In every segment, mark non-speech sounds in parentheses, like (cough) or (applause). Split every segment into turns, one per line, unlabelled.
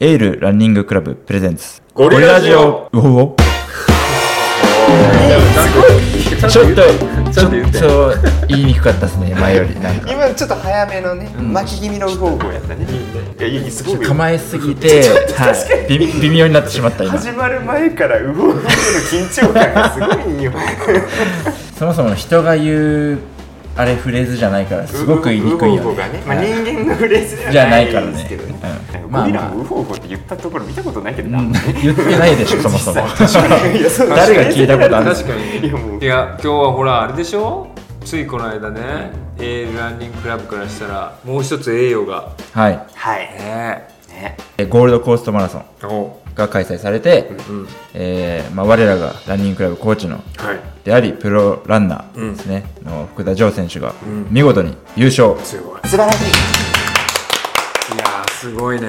エールランニングクラブプレゼンツ
ゴリラジオ
ゴリラジうおう
ちゃ
お
ん
ちょ
と
っと
ちゃんと言って
ちょっと言いにくかったですね前よりなんか
今ちょっと早めのね、巻き気味のゴーゴーやったね
いやいいすごいよ
構えすぎて、はい、び微妙になってしまった今
始まる前からウゴウゴの緊張感がすごいんよ
そもそも人が言うあれフレーズじゃないからすごく言いにくい
ウゴ
よ
ウゴがね
ね、
まあ、
はい
人間のフレーズ
じ
じ
ゃ
ゃ
な
ないい
からね
ですけどね
うん
ゴリラ
まあま
もウゴウゴって言ったところ見たことないけど
う
な、
ん言ってないでしょそもそも
実際確かにいやそう
誰が聞いたことある
確かに
いやもう
いや今日はほらあれでしょついこの間ね A ランニングクラブからしたらもう一つ栄誉が
はい
はい
ね
ね
えゴールドコーストマラソン
えお
が開催されて、
うん
えーまあ、我らがランニングクラブコーチの
はい
でありプロランナーですね、の福田城選手が
ん
見事に優勝、
すごい
素晴らしい
いやーすごいね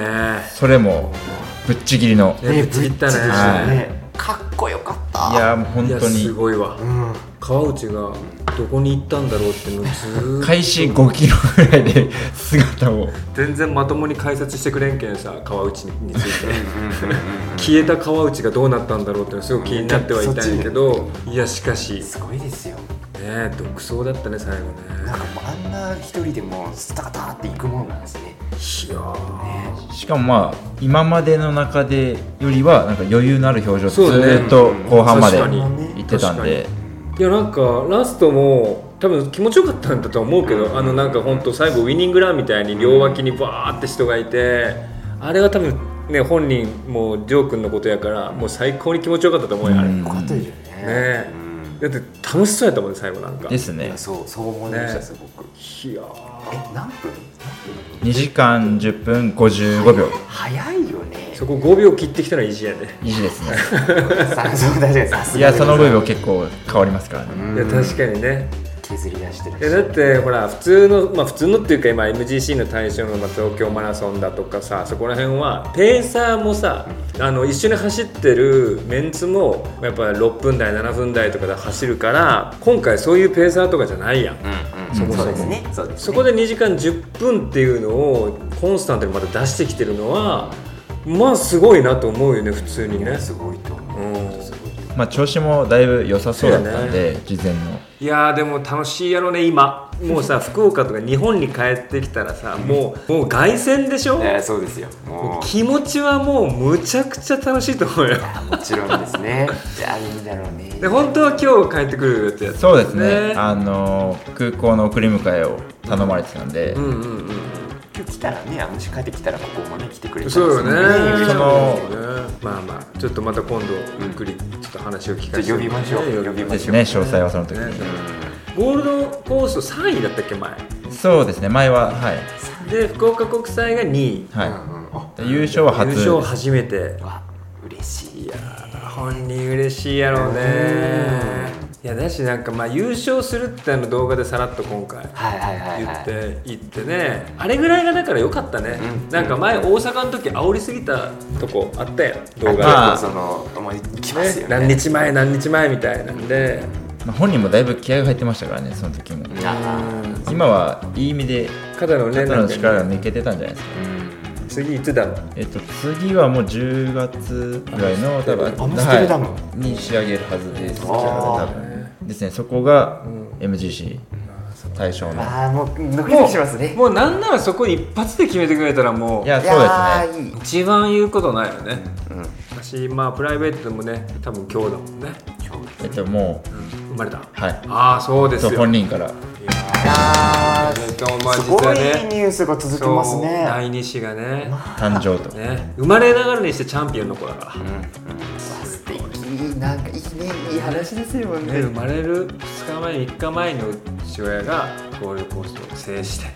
それもぶっちぎりの
いやぶっちぎったね
ぶっちぎ
は
たねかっこよかった
いやーもう本
いや
当
す
に
ごいわ
うん
川内がどこに行ったんだろうっていうのをずーっと
開始5キロぐらいで姿を
全然まともに解説してくれんけんさ川内について消えた川内がどうなったんだろうっていうのすごく気になってはいたんやけどいやしかしね
すごいですよ
え独走だったね最後ね
なんかもうあんな一人でもうスターターっていくもんなんですね
いやー
しかもまあ今までの中でよりはなんか余裕のある表情ず
そうだね
ーっと後半まで
確かに
行ってたんで
いやなんかラストも多分気持ちよかったんだと思うけど、あのなんか本当最後ウイニングランみたいに両脇にバーって人がいてあれは多分ね本人もジョー君のことやからもう最高に気持ちよかったと思うよあれ、
うん
よかったですよね
ね
うん
だって楽しそうやったもんね最後なんか
です
い
ね
やそうそう思いました
ね
すごく
いやー
え何分
2時間10分55秒
早いよね
(laughs) そこ5秒切ってきたのは意地やね
維持です
(laughs)
ね
さ (laughs) そう確かにさすが
いや
に
その5秒結構変わりますからね
うん
いや確かにね
削り出してる
えだってほら普通のまあ普通のっていうか今 MGC の対象のまあ東京マラソンだとかさそこら辺はペーサーもさあの一緒に走ってるメンツもやっぱ6分台7分台とかで走るから今回そういうペーサーとかじゃないやん
うんうん
そもそも
うですねそうです
そこで2時間10分っていうのをコンスタントにまた出してきてるのはまあすごいなと思うよね普通にね
すごいと思う
うん
まあ調子もだいぶ良さそうだったんで、事前の
いやーでも楽しいやろね今もう
(laughs)
さ福岡とか日本に帰ってきたらさもうもう凱旋でしょ
えーそうですよも
気持ちはもうむちゃくちゃ楽しいと
(laughs)
思うよ
うもちろんですねじゃあいいんだろうね
で本当は今日帰ってくるってやつ
そうですね
ね
あのー空港の送り迎えを頼まれてたんで、
うんうんうん
今日来たらねあもし帰ってきたらここもね来てくれたら
そうよね
嬉しい
その
まあまあちょっとまた今度ゆっくりちょっと話を聞かせて
じゃあ呼びましょう
ね
呼びましょう
ですね詳細はその時
ね
に、
ゴールドコースト3位だったっけ前
そうですね前ははい、
で福岡国際が2位
はい
うんうんあ
で優勝は初
優勝初めて
うわ嬉しい
いやー本人嬉しいやろうねいやだしなんかまあ優勝するってあの動画でさらっと今回
はいはいはい
言
は
っ
い
て言ってねあれぐらいがだから良かったね、
うん
なんか前大阪の時煽りすぎたとこあったやん動
あ
画
あ
そのもう行き
で、
ますよ
ね、何日前何日前みたいなんで、
まあ、本人もだいぶ気合が入ってましたからねその時も
あ
今はいい意味で
肩のね
肩の
なんかね
力が抜けてたんじゃないですか
ーうん
次いつだろう
えっと、次はもう10月ぐらいの多分
アムステルダム
はいに仕上げるはずです
あー
多分ですねそこが
ん
MGC 対象の
あーもうドキドキしますね
もうなんならそこ一発で決めてくれたらも
いうや
い
そう
や
ですね
ーいい
一番言うことないよね、私まあプライベートでもね多分今日だもんね、
えっとも
生まれた
うはい
ああそうです
そう
よ
本人から
あ
えっ
ー
とまあ
す
実
ご
はいね
ニュースが続きます
そう
ね
第二子がね
誕生と
ね生まれながらにしてチャンピオンの子だから、
素敵いいなんかいいねいい話ですよ
ね、
ね
生まれる2日前3日前の父親がゴールドコーストを制して、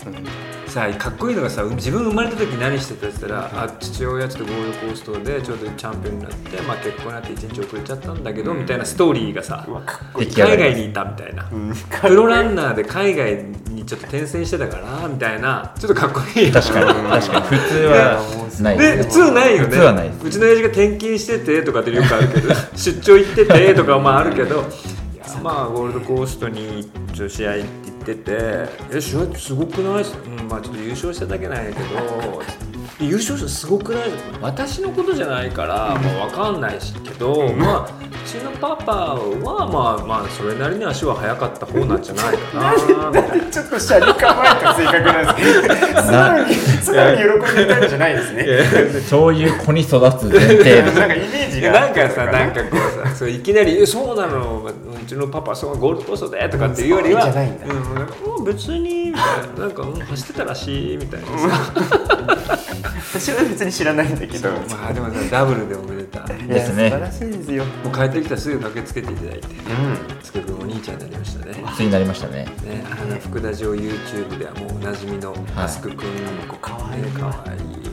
さあかっこいいのがさ自分生まれた時何してたって言ったらあ父親ちょっとゴールドコーストでちょうどチャンピオンになって、まあ、結婚になって1日遅れちゃったんだけど、みたいなストーリーがさ
出来上がり
海外
ます
にいたみたいな、プロランナーで海外にちょっと転戦してたからみたいなちょっとかっこいい
確かに確かに普通はない
で普通ないよね
普通はないです
うちの親父が転勤しててとかってよくある
(laughs)
けど出張行っててとかはまああるけどいやまあゴールドコーストに一応試合行ってて「え試合ってすごくない?」うんまあちょっと優勝しただけなんやけど」優勝者すごくない私のことじゃないから、まあ、分かんないしけど、まあうちのパパはまあまあそれなりに足は速かった方なんじゃないかな
(laughs)
みたいな。
ちょっとしたに構えた性格なんですけど、素直に、素直に喜んでいたんじゃないですね。
そういう子に育つ前提
なんかイメージが。
なんかさなんかこうさそういきなりえ「そうなのうちのパパそうゴールドポストで」とかっていうよりは「
そうじゃないんだ
うんなんかもう別に」みたいな「なんか、うん、走ってたらしい」みたいなさ
私は別に知らないんだけど。
まあでもさダブルでおめでたい
いや
ですね
素晴らしいですよ。
もう帰ってきたらすぐ駆けつけていただいて
うん。
つくくんお兄ちゃんになりましたね
ついになりましたね
ね、あの福田城 YouTube ではもうおなじみのタスクくんの子かわいいかわいい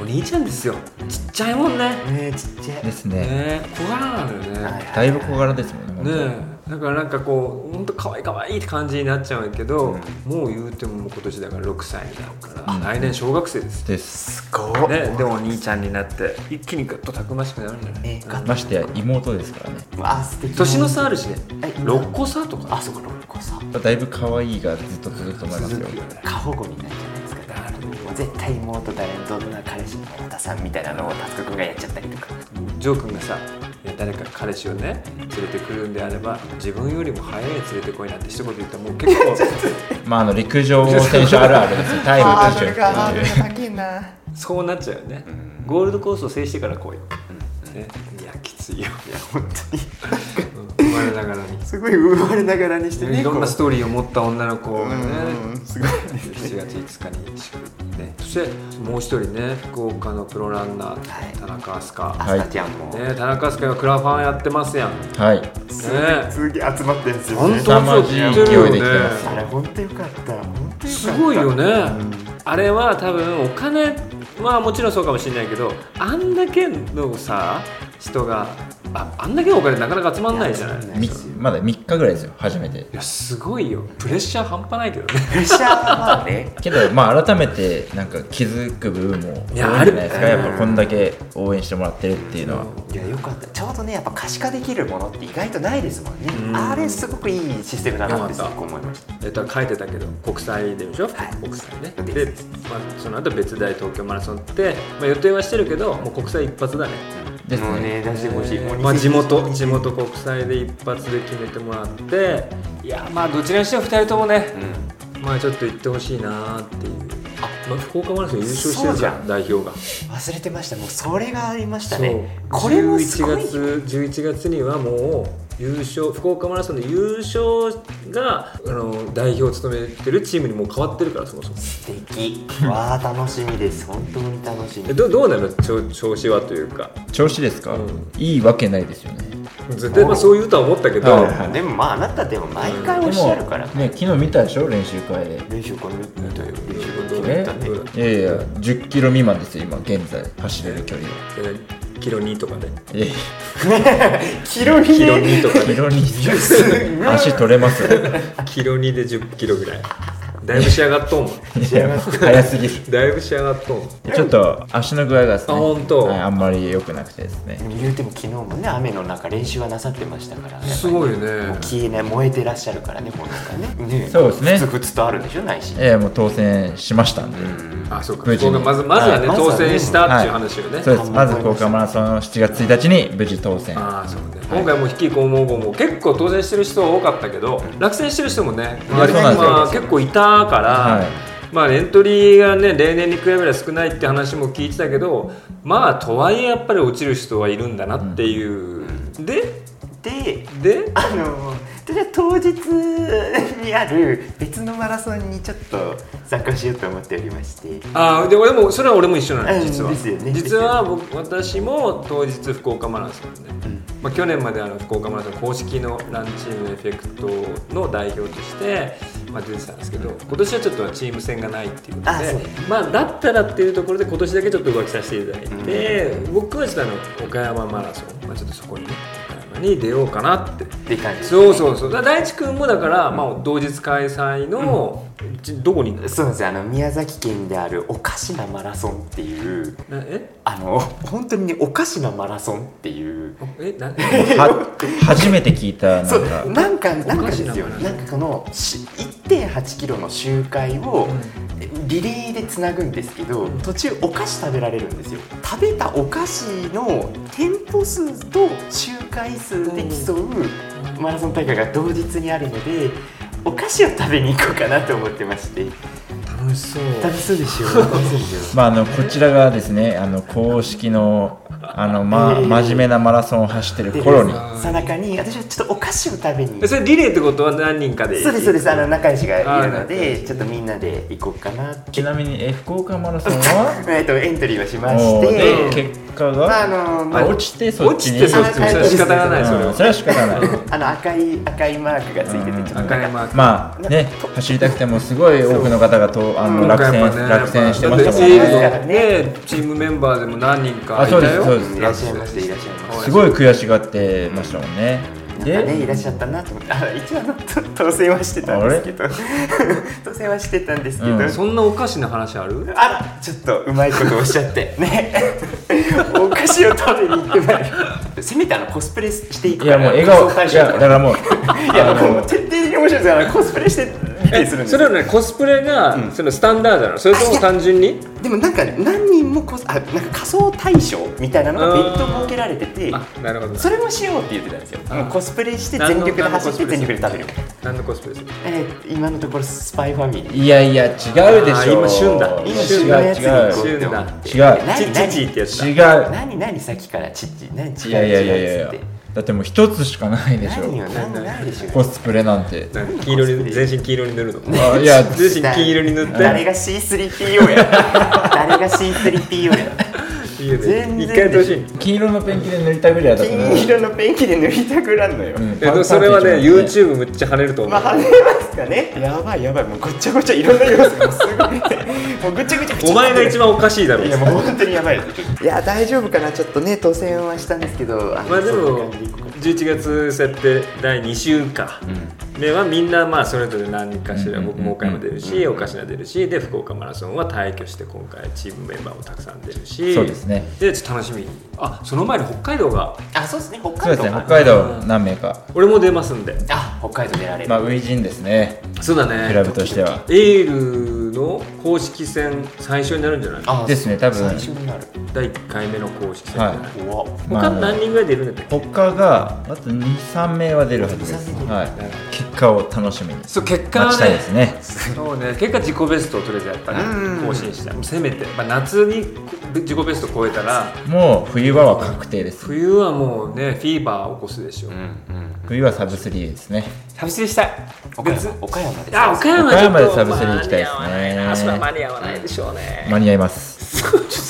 お兄ちゃんですよちっちゃいもんね
ねえ、ちっちゃい。
ですね
ね小柄なんだよね、
はい
だいぶ小柄ですもんね本当に
ねえだからなんかこう本当可愛い可愛いって感じになっちゃうんやけど、もう言うてももう今年だから6歳になるから、来年小学生です
です
すごい。
ね、でもお兄ちゃんになって一気にぐっとたくましくなるんじゃない、
ええか
ましてや妹ですからね
あ、素敵。
年の。差あるしね
え
6個差とか
あ、そうか、六個差。
だいぶ可愛いがずっと続くと思いますよ
過保護になっちゃうんですか。だからもう絶対妹誰どんな彼氏の太田さんみたいなのをタスク君がやっちゃったりとか。
ジョー君がさいや誰か彼氏をね連れてくるんであれば自分よりも早い連れてこいなんて一言言ったらもう結 (laughs) 構
まああの陸上選手あるあるですよタイムと一緒っていう
高いな。
そうなっちゃうよね、ゴールドコースを制してから来い、ね、いやきついよ
いや、本当に。
生まれながらに
すごい生まれながらにしてね。
いろんな
こ
ストーリーを持った女の子
う
がね
うんうんすごいですね。
7月5日に祝日ねそしてもう一人ね福岡のプロランナ
はい
ー田中飛
ア
鳥、
スタちゃんも、
ね、田中飛鳥がクラファンやってますやんね
はい
すげえ集まってるんですよ
本
ね。
当そう
凄ま
聞い
じい
てるよ
勢いで来てます
あ
ね
れ本当よかった。本当よかった。
すごいよね、あれは多分お金はもちろんそうかもしれないけどあんだけのさ人がああんだけのお金なかなか集まんないじゃない
集まんない
みまだ3日ぐらいですよ初めて
いやすごいよプレッシャー半端ないけどね (laughs)
プレッシャーはね。
けどまあ改めてなんか気づく部分も多いんじゃないですか
いやあ
や
る
っぱこんだけ応援してもらってるっていうのは
うんいやよかったちょうどねやっぱ可視化できるものって意外とないですもんね
うん
あれすごくいいシステムだなって
よ
す
かった
ごく思いました
えっと、書いてたけど国際ででしょ、
はい
国際ね
で
で、まあ、その後別大東京マラソンって、まあ、予定はしてるけどもう国際一発だね
ですね
もうね出してほしい、もう
まあ、地元
2020
地元国際で一発で決めてもらっていやまあどちらにしても2人ともね
う、ん
まあ、ちょっと行ってほしいなーっていうあ、まあ、福岡マラソン優勝して
そう
る
じ
じ
ゃ
ゃ
ん
ん代表が
忘れてましたもうそれがありました
そう
ねこれもすごい
11月11月にはもう優勝福岡マラソンで優勝があの代表を務めてるチームにもう変わってるからそもそも。
素敵わあ楽しみです本当に楽しみ
えどどうなの調調子はというか
調子ですか、
うん
いいわけないですよね
絶対まあそう言うとは思ったけど、
はいはい
でもまああなたでも毎回お
で
っしゃるから
もね昨日見たでしょ練習会で
練習この見たよ練習こ
ど
の
う
見
え
たね
いやいや10キロ未満ですよ今現在走れる距離は
えーキロ2とかね
いやい
キロヒ
キロ
デ
2と
(laughs)
か
やキ
ね
ロに足取れますよ
キロ2で10キロぐらいだいぶ仕上がっとんもん
早すぎる
だいぶ仕上がっとん
ちょっと足の具合がですね
あ本当
はいあんまり良くなくてですね
言うても昨日もね雨の中練習はなさってましたから
すごいね
もう消えない燃えてらっしゃるからね本当はねね
そうですね
ふつふつとあるでしょないし
ええもう当選しましたんで、
あそうか
無
こ
事に
こがまずまずはね、
はい
当選したっていう
はい
話をね、
そうですまず福岡マラソンの7月1日に無事当選
ああそうね、今回も引きこもごも結構当選してる人多かったけど、落選してる人もね、
ん
割と
そうなんですよ
まあ結構いたから、
はい
まあエントリーがね例年に比べれば少ないって話も聞いてたけどまあとはいえやっぱり落ちる人はいるんだなっていう、で
で
で
あの私は当日にある別のマラソンにちょっと参加しようと思っておりまして
あーで俺もそれは俺も一緒なの
うん
実は、
ですよね
実は僕私も当日福岡マラソンで、まあ、去年まであの福岡マラソン公式のランチームエフェクトの代表として、まあ、出てたんですけど今年はちょっとチーム戦がないっていうこと
あそう
でまあ、だったらっていうところで今年だけちょっと浮気させていただいて、僕はちょっとあの岡山マラソン、まあ、ちょっとそこにね岡山に出ようかなって
って感じです
そうそうそうだから大地君もだから、まあ、同日開催の、ちどこに行くの
そうなんですよあの宮崎県であるおかしなマラソンっていう
なえ
あの (laughs) 本当にねおかしなマラソンっていう
えな
は初めて聞いたなん
そう
か
なんかなんかですよ
おかしなマラソン
なんかこのし1.8キロの周回をリレーでつなぐんですけど途中お菓子食べられるんですよ食べたお菓子の店舗数と周回数で競うマラソン大会が同日にあるのでお菓子を食べに行こうかなと思ってまして
楽しそう
楽しそうでしょ楽しそうでしょ
まあ、あのこちらがですねあの公式のあの、ま、
えー
真面目なマラソンを走ってる頃に
さなかに私はちょっとお菓子を食べに
えそれリレーってことは何人かで
そうですそうですあの仲良しがいる
あ
の
ーなる
でちょっとみんなで行こうかなって
ちなみにえ福岡マラソンは
えっとエントリーはしまし
おー
て
で結果
まああ
が、
のま
あ、
あ
落ちてそっ
落
ち
ち
に
てそっちに
そ
そ
っ
れ
ちに
は仕方がないそれ
う
は
ん、それは仕方ない
あの赤い赤いマークがついててちょっと
赤いマーク
まあね走りたくてもすごい多くの方がとあの
今
落
回
選
やっぱね
落選してま
だ
し
って
た
チ
もん
ー
ね
ムのねチームメンバーでも何人か
あ
い
そう
た
です
よ
そうです
いらっしゃいましていらっしゃいまし
すごい悔しがってましたもんね
たなんかね
で
いらっしゃったなと思ってあ一応あのと当選はしてたんです
(laughs)
けど当選はしてたんですけど、
うん
そんなおかしな話ある
あらちょっとうまいことおっしゃってね
(laughs)
お菓子を食べに行ってまいるせめてあのコスプレしていく
い
か
や
ら
もう笑
仮装
顔
大
い
賞
やだ
と
か
から
もう
いやもう徹底的に面白いですからコスプレしてリレーするんです
それはねコスプレが、そのスタンダードなのそれとも単純に
でもなんか何人もコスあなんか仮装大賞みたいなのが別途設けられてて
あなるほど
それもしようって言ってたんですよもうコスプレして全力で走って全力で食べる、
何のコスプレする
えー今のところスパイファミリー
いやいや違うで
あ
し
ー
ょ
今旬だ
違
今旬のやつに行こうって思って
違う
何
チッチってやつだ
違う違う
何何さっきからチッチ何違う
いやいやいやい
違う
や
っつって
だってもう一つしかないでし
何よ
ょ
何何でしょ
コスプレなんて
なんか黄色に全身黄色に塗るの
あいや
全身黄色に塗って
誰が C3PO や誰が C3PO や
いいよ
全
ね
然
一回やってほしい
黄色のペンキで塗りたいぐらいだった
金色のペンキで塗りたくらんのよ、
うん
えでもそれはね YouTube めっちゃ跳ねると思
ま
う
あ跳ねますかねやばいやばいもうごっちゃごちゃいろんな要素がもうすごいもうぐちゃぐちゃぐちゃ
お前が一番おかしいだろ
いやもう本当にやばいいや大丈夫かなちょっとね当選はしたんですけどあの
まあで
そんな
も
感じでいこうか
11月設定第2週か目はみんなまあそれぞれ何かしら
うん
僕も岡山出るしお菓子が出るしで福岡マラソンは退去して今回チームメンバーもたくさん出るし
そうですね
でちょっと楽しみあその前に北海道が
あそうですね北
そう
海
です
道
ね
か
北海道何名か
俺も出ますんで
あ北海道出られる、
まあ初陣ですね
そうだ
クラブ
ね
としては
エールの公式戦最初になるんじゃない
あ
ですね多分
最初になる
第1回目の公式戦じゃない
怖っ
ま
他
あ
何人ぐらい出るんだったっけ
他があと23名は出るはずです、
23名
はい、結果を楽しみに
そう結果
待
は
ちたい
ね
ですね
そうね、結果自己ベストをとりあえずやっぱね
うん
更新したいせめて、まあ、夏に自己ベスト超えたら
もう冬場は確定です
冬はもうねフィーバーを起こすでしょ、
うんうん
冬はサブスリーですね
サブスリーしたい
岡
別
山岡山です
あ岡山ちょっと
岡山でサブスリー行きたいですね
間に合わないなそれは間に合わないでしょう
(laughs)
ね、
間に合います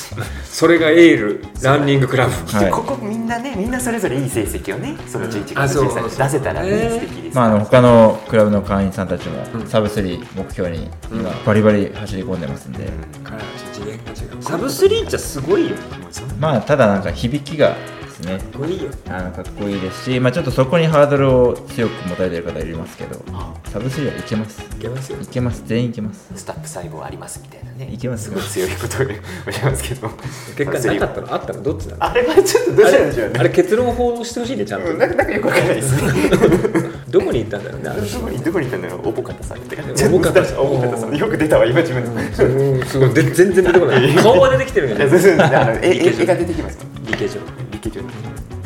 それがエールランニングクラブ
はい
ここみんなねみんなそれぞれいい成績をねその11
あ
月
そう
13日出せたらね、
そ
素
う
敵です
まああの他のクラブの会員さんたちも
ん
サブスリー目標に今バリバリ走り込んでますんで
彼らはちょっと次元が違うサブスリーっちゃすごいよ
もうそんな
まあただなんか響きがですね
すごいよ
あのかっこいいですし、まあ、ちょっとそこにハードルを強く持たれてる方いますけどサブスリーはいけます
いけますよ
いけます全員いけます
スタッフ細胞ありますみたいなね
いけます
すごい強いことをおっしゃいますけど
結果なかったのあったのどっちなの
あれはちょっとどうしたんでしょう
あ
ね
れ結論報道してほしいねちゃんと、
うんなんかなんかよくわかんないですね
どこに行ったんだろうねあの人
どこにどこにいたんだろうおぼかたさんって
おぼかたさん
おぼかたさんよく出たわ今自分で
うんすごいで全然出てこない顔は出てきてるん
い
だ
や
よ
そう
ね
そうあの絵絵絵が出てきます
理系上
理系上の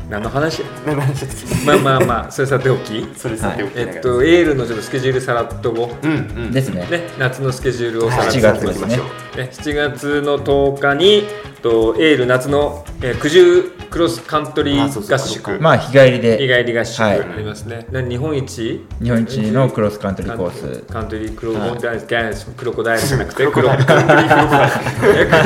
何の話
何の話だっけ
まあまあまあそれさておき
それさておきながら
えっとエールのちょっとスケジュールさらっとこ
うんうん
ですね
うね夏のスケジュールをさらっと
7月ですね
ね7月の10日にえっとエール夏のえー九十クロスカントリ
あそうそう
ー合宿
まあ日帰り
日
で
帰り合宿
は
あ
い
りますねな日本一
日本一のクロスカントリーコース
カントリークロ
はい
コダイルじゃなくてクロコ
国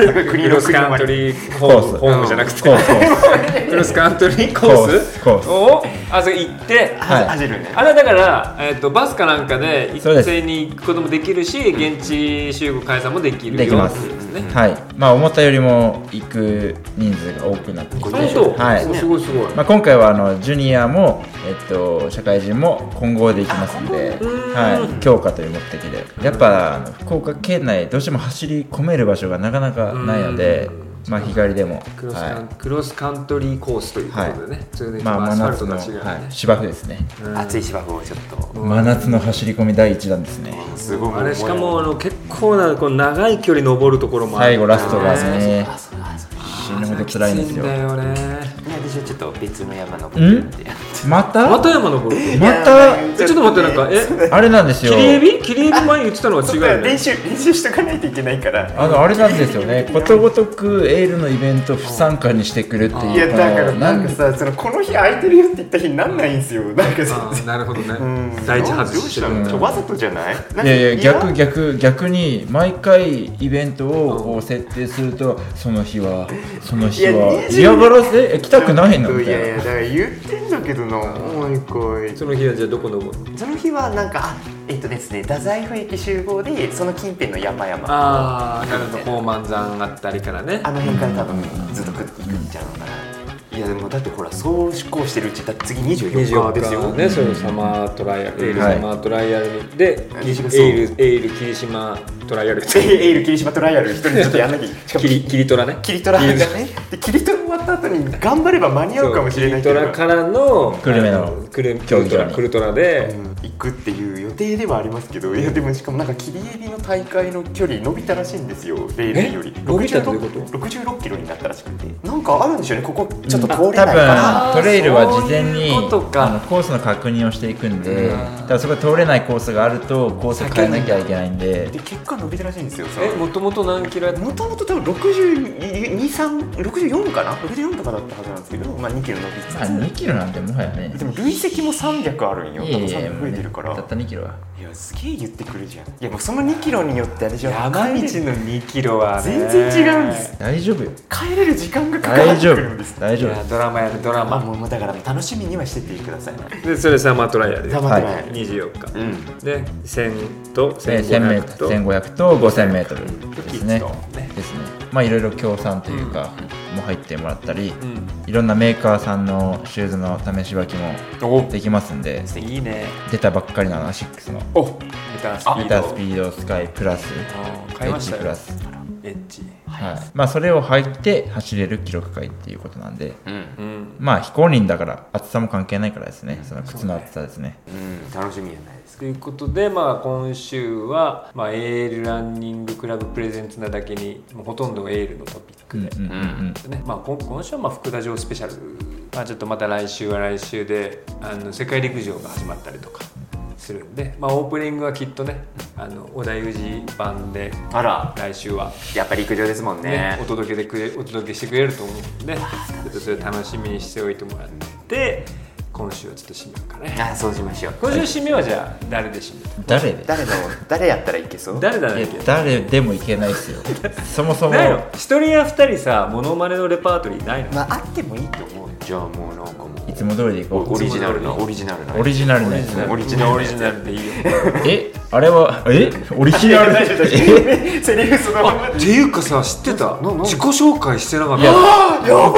の
ク
国
ロ
の
スカントリーホ
コー
ーム
ス
ホームじゃなく
コ
て
ースコース
クロスカントリーコース
コースコース
をあそこ行って
はい
走るね
あれだから、えっとバスかなんかで一
そうです
斉に行くこともできるし現地集合開催もできるよ
できます
っていうですね
はいまあ思ったよりも行く人数が多くなってきて
本当、
はい
おすごいすごい、
まあ、今回はあのジュニアも、えっと、社会人も混合でいきますんで、はい、強化という目的でやっぱあの福岡県内どうしても走り込める場所がなかなかないのでまあ日帰りでも、
クロスカン、
は
クロスカントリーコースということでね、普通の
い、
一
まあ
番ア
真
スファル
夏
トと
の、
は違うね、
はい、芝生ですね、
うん
熱い芝生をちょっと
うん
真夏の走り込み第一弾ですね
すごい
あれしかもあの結構なこう長い距離登るところもある
最後ラストが
ね
ね
あそうだそうだ
死ぬほど辛いんですよ
きついんだよね
いや私はちょっと別の山登ってみて
また
また山登る
(laughs) また
えちょっと待ってなんかえ
あれなんです
切
よ
りエビ切りエビ前言ってたのは違
そうう
よ
だ
ね
練習練習しとかないといけないから
あのあれなんですよねことごとくエールのイベント不参加にしてくるっていう
いやだから
このな
なんんかさそのこの日空いてるよって言った日になんないんすよなんか
あ
さ
ーなるほどね
うん
第一外
どう
し
してた
る
のちょわざとじゃないなんか
いやいや
い
逆逆逆に毎回イベントをこう設定するとその日はその日
い
は
や20
嫌がらせえ来たくないのみ
いや
た
い
い
や
な
だから言ってんだけどなおいこい
その日はじゃあどこ登る
その日はなんかあえっとですね太宰府駅集合でその近辺の山々
ああなるほど宝満山あったりからね
あの辺から多分ずっと食っていくんじゃないかないやでもだってほらそう執行してるうちだって次24日ですよ
ね、そのサマートライアル、エール
はい
サマートライアルに、で、エ
西口さん
ール、エール霧島ト (laughs) ライアル。
えエイル霧島トライアル一人でちょっとやんなきゃいけないしかも
キリ、キリトラね。
キリトラがねでキリトラ終わった後に頑張れば間に合うかもしれない
キ
け
リ
ど
トラからの。
久留米の
あ久留
競技場に
クルトラ、クルトラで。
行くっていう予定ではありますけどいやでもしかもなんか切りエビの大会の距離伸びたらしいんですよレールより
え伸びたってどういうこと
66 66キロになったらしくてなんかあるんでしょうねここちょっと通
多
れないから、
分トレイルは事前
そうい
に
うことか
あのコースの確認をしていくんで
う
だ
ん
からそこで通れないコースがあるとコースを変えなきゃいけないんで
で結果伸びたらしいんですよその
え、もともと何キロやった。
もともと多分6264かな64とかだったはずなんですけど、まあ、2キロ伸びつつ、
まあ2キロなんてもはやね
でも累積も300あるんよ多分300増えてるから
たった2キロはい
やすげえ言ってくるじゃんいやもうその2キロによってあれじゃん
山道の
帰れる
2キロはね。
全然違うんです。
大丈夫よ
帰れる時間がかか
大
って
丈
くるんです
夫大
い
丈夫
や、ドラマやる、ドラ
まあ
マ。
もうもうだから楽しみにはしててください
で、それサマートライアル。
たま
はい
たま
二十四日。
うん
で、千と
え
千
ー1000メ
0
ー
0
ト
と。
ル1500と 5000m ですね
一度ね
ですねまあいろいろ協賛というかも入ってもらったり
うん。
いろんなメーカーさんのシューズの試し履きもできますんで
いいね。
出たばっかりなアシックスの
お、メタスピ
メ
ー
タ
ド
ス。ピードスカイプラス
あー
エ
買い
ッ
まし
ジ
た
プ
よ
ラ。ス
エッジ。
はいまあそれを履いて走れる記録会っていうことなんで
うん
うん。
まあ非公認だから厚さも関係ないからですねその靴の厚さですね
うん楽しみじゃないですか
ということで、まあ、今週は、まあ、エールランニングクラブプレゼンツなだけにもうほとんどエールのトピッ
う
ク
んう
で
ん、うんうん
ねまあ、今今週はまあ福田城スペシャル、まあ、ちょっとまた来週は来週であの世界陸上が始まったりとかするんで、まあ、オープニングはきっとねあの織田裕二版で
あら
来週は、
やっぱ陸上ですもん
ね
ね
お届けでくれお届けしてくれると思うんでちょっとそれ楽しみにしておいてもらって今週はちょっと締めようかね。
あそうしましょう
今週締めはじゃあ誰で締める
誰で
誰の誰やったらいけそう
誰だ
い
ね
や誰でもいけないで
(laughs)
すよそもそも
ないの一人や二人さモノマネのレパートリーないの
まああってもいいと思うじゃあもうなんかも
いつも通りでいこ
オリジナルなオリジナルな
うオリジナルのやつ
オリジナル
オリジナルでいいよ
えあれはえオリジナル (laughs) え
(laughs) セリフそのまま
っていうかさ知ってた
なな
自己紹介してなかっ
いや
た
自分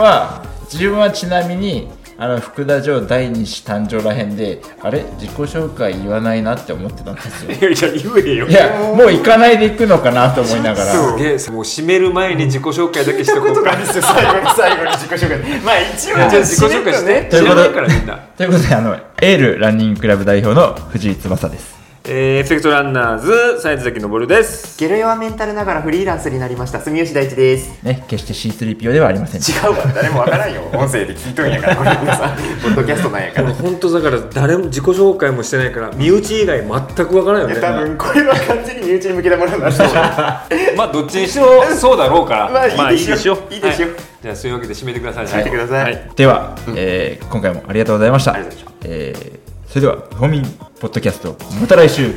は自分はちなみにあの福田城第二子誕生らへんであれ自己紹介言わないなって思ってたんですよ
いやいや言えよ
いやもう行かないで行くのかなと思いながら
すげえもう締める前に自己紹介だけし
聞い
て
た
おこ
こと
う
があ
か
るんですよ最後に最後に自己紹介まあ一応
じゃあ
じゃあ
自己紹介して
とい
知
うこ
ら
と
な
で
いからみんな
ということであのエールランニングクラブ代表の藤井翼です
えーエフェクトランナーズサイズ崎のぼるです
ゲロ弱メンタルながらフリーランスになりました住吉大地です
ね決して C3PO ではありません
違うわ誰もわからんよ音声で聞いとんやからこれ皆 (laughs) さんポッドキャストなんやから (laughs) い
本当だから誰も自己紹介もしてないから身内以外全くわからな
や
いよね
多分これは完全に身内に向けたものなんだと思う
まあどっちにしろそうだろうから
まあいいでしょ
まあい
い
い
い
で
で
し
し
ょ
ょ
はいじゃあそういうわけで締めてください
聞いてください
では、えー今回もありがとうございました
ありがとうござい
えーそれではホミンポッドキャストまた来週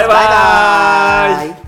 バ
イバ
イ
イ
バーイ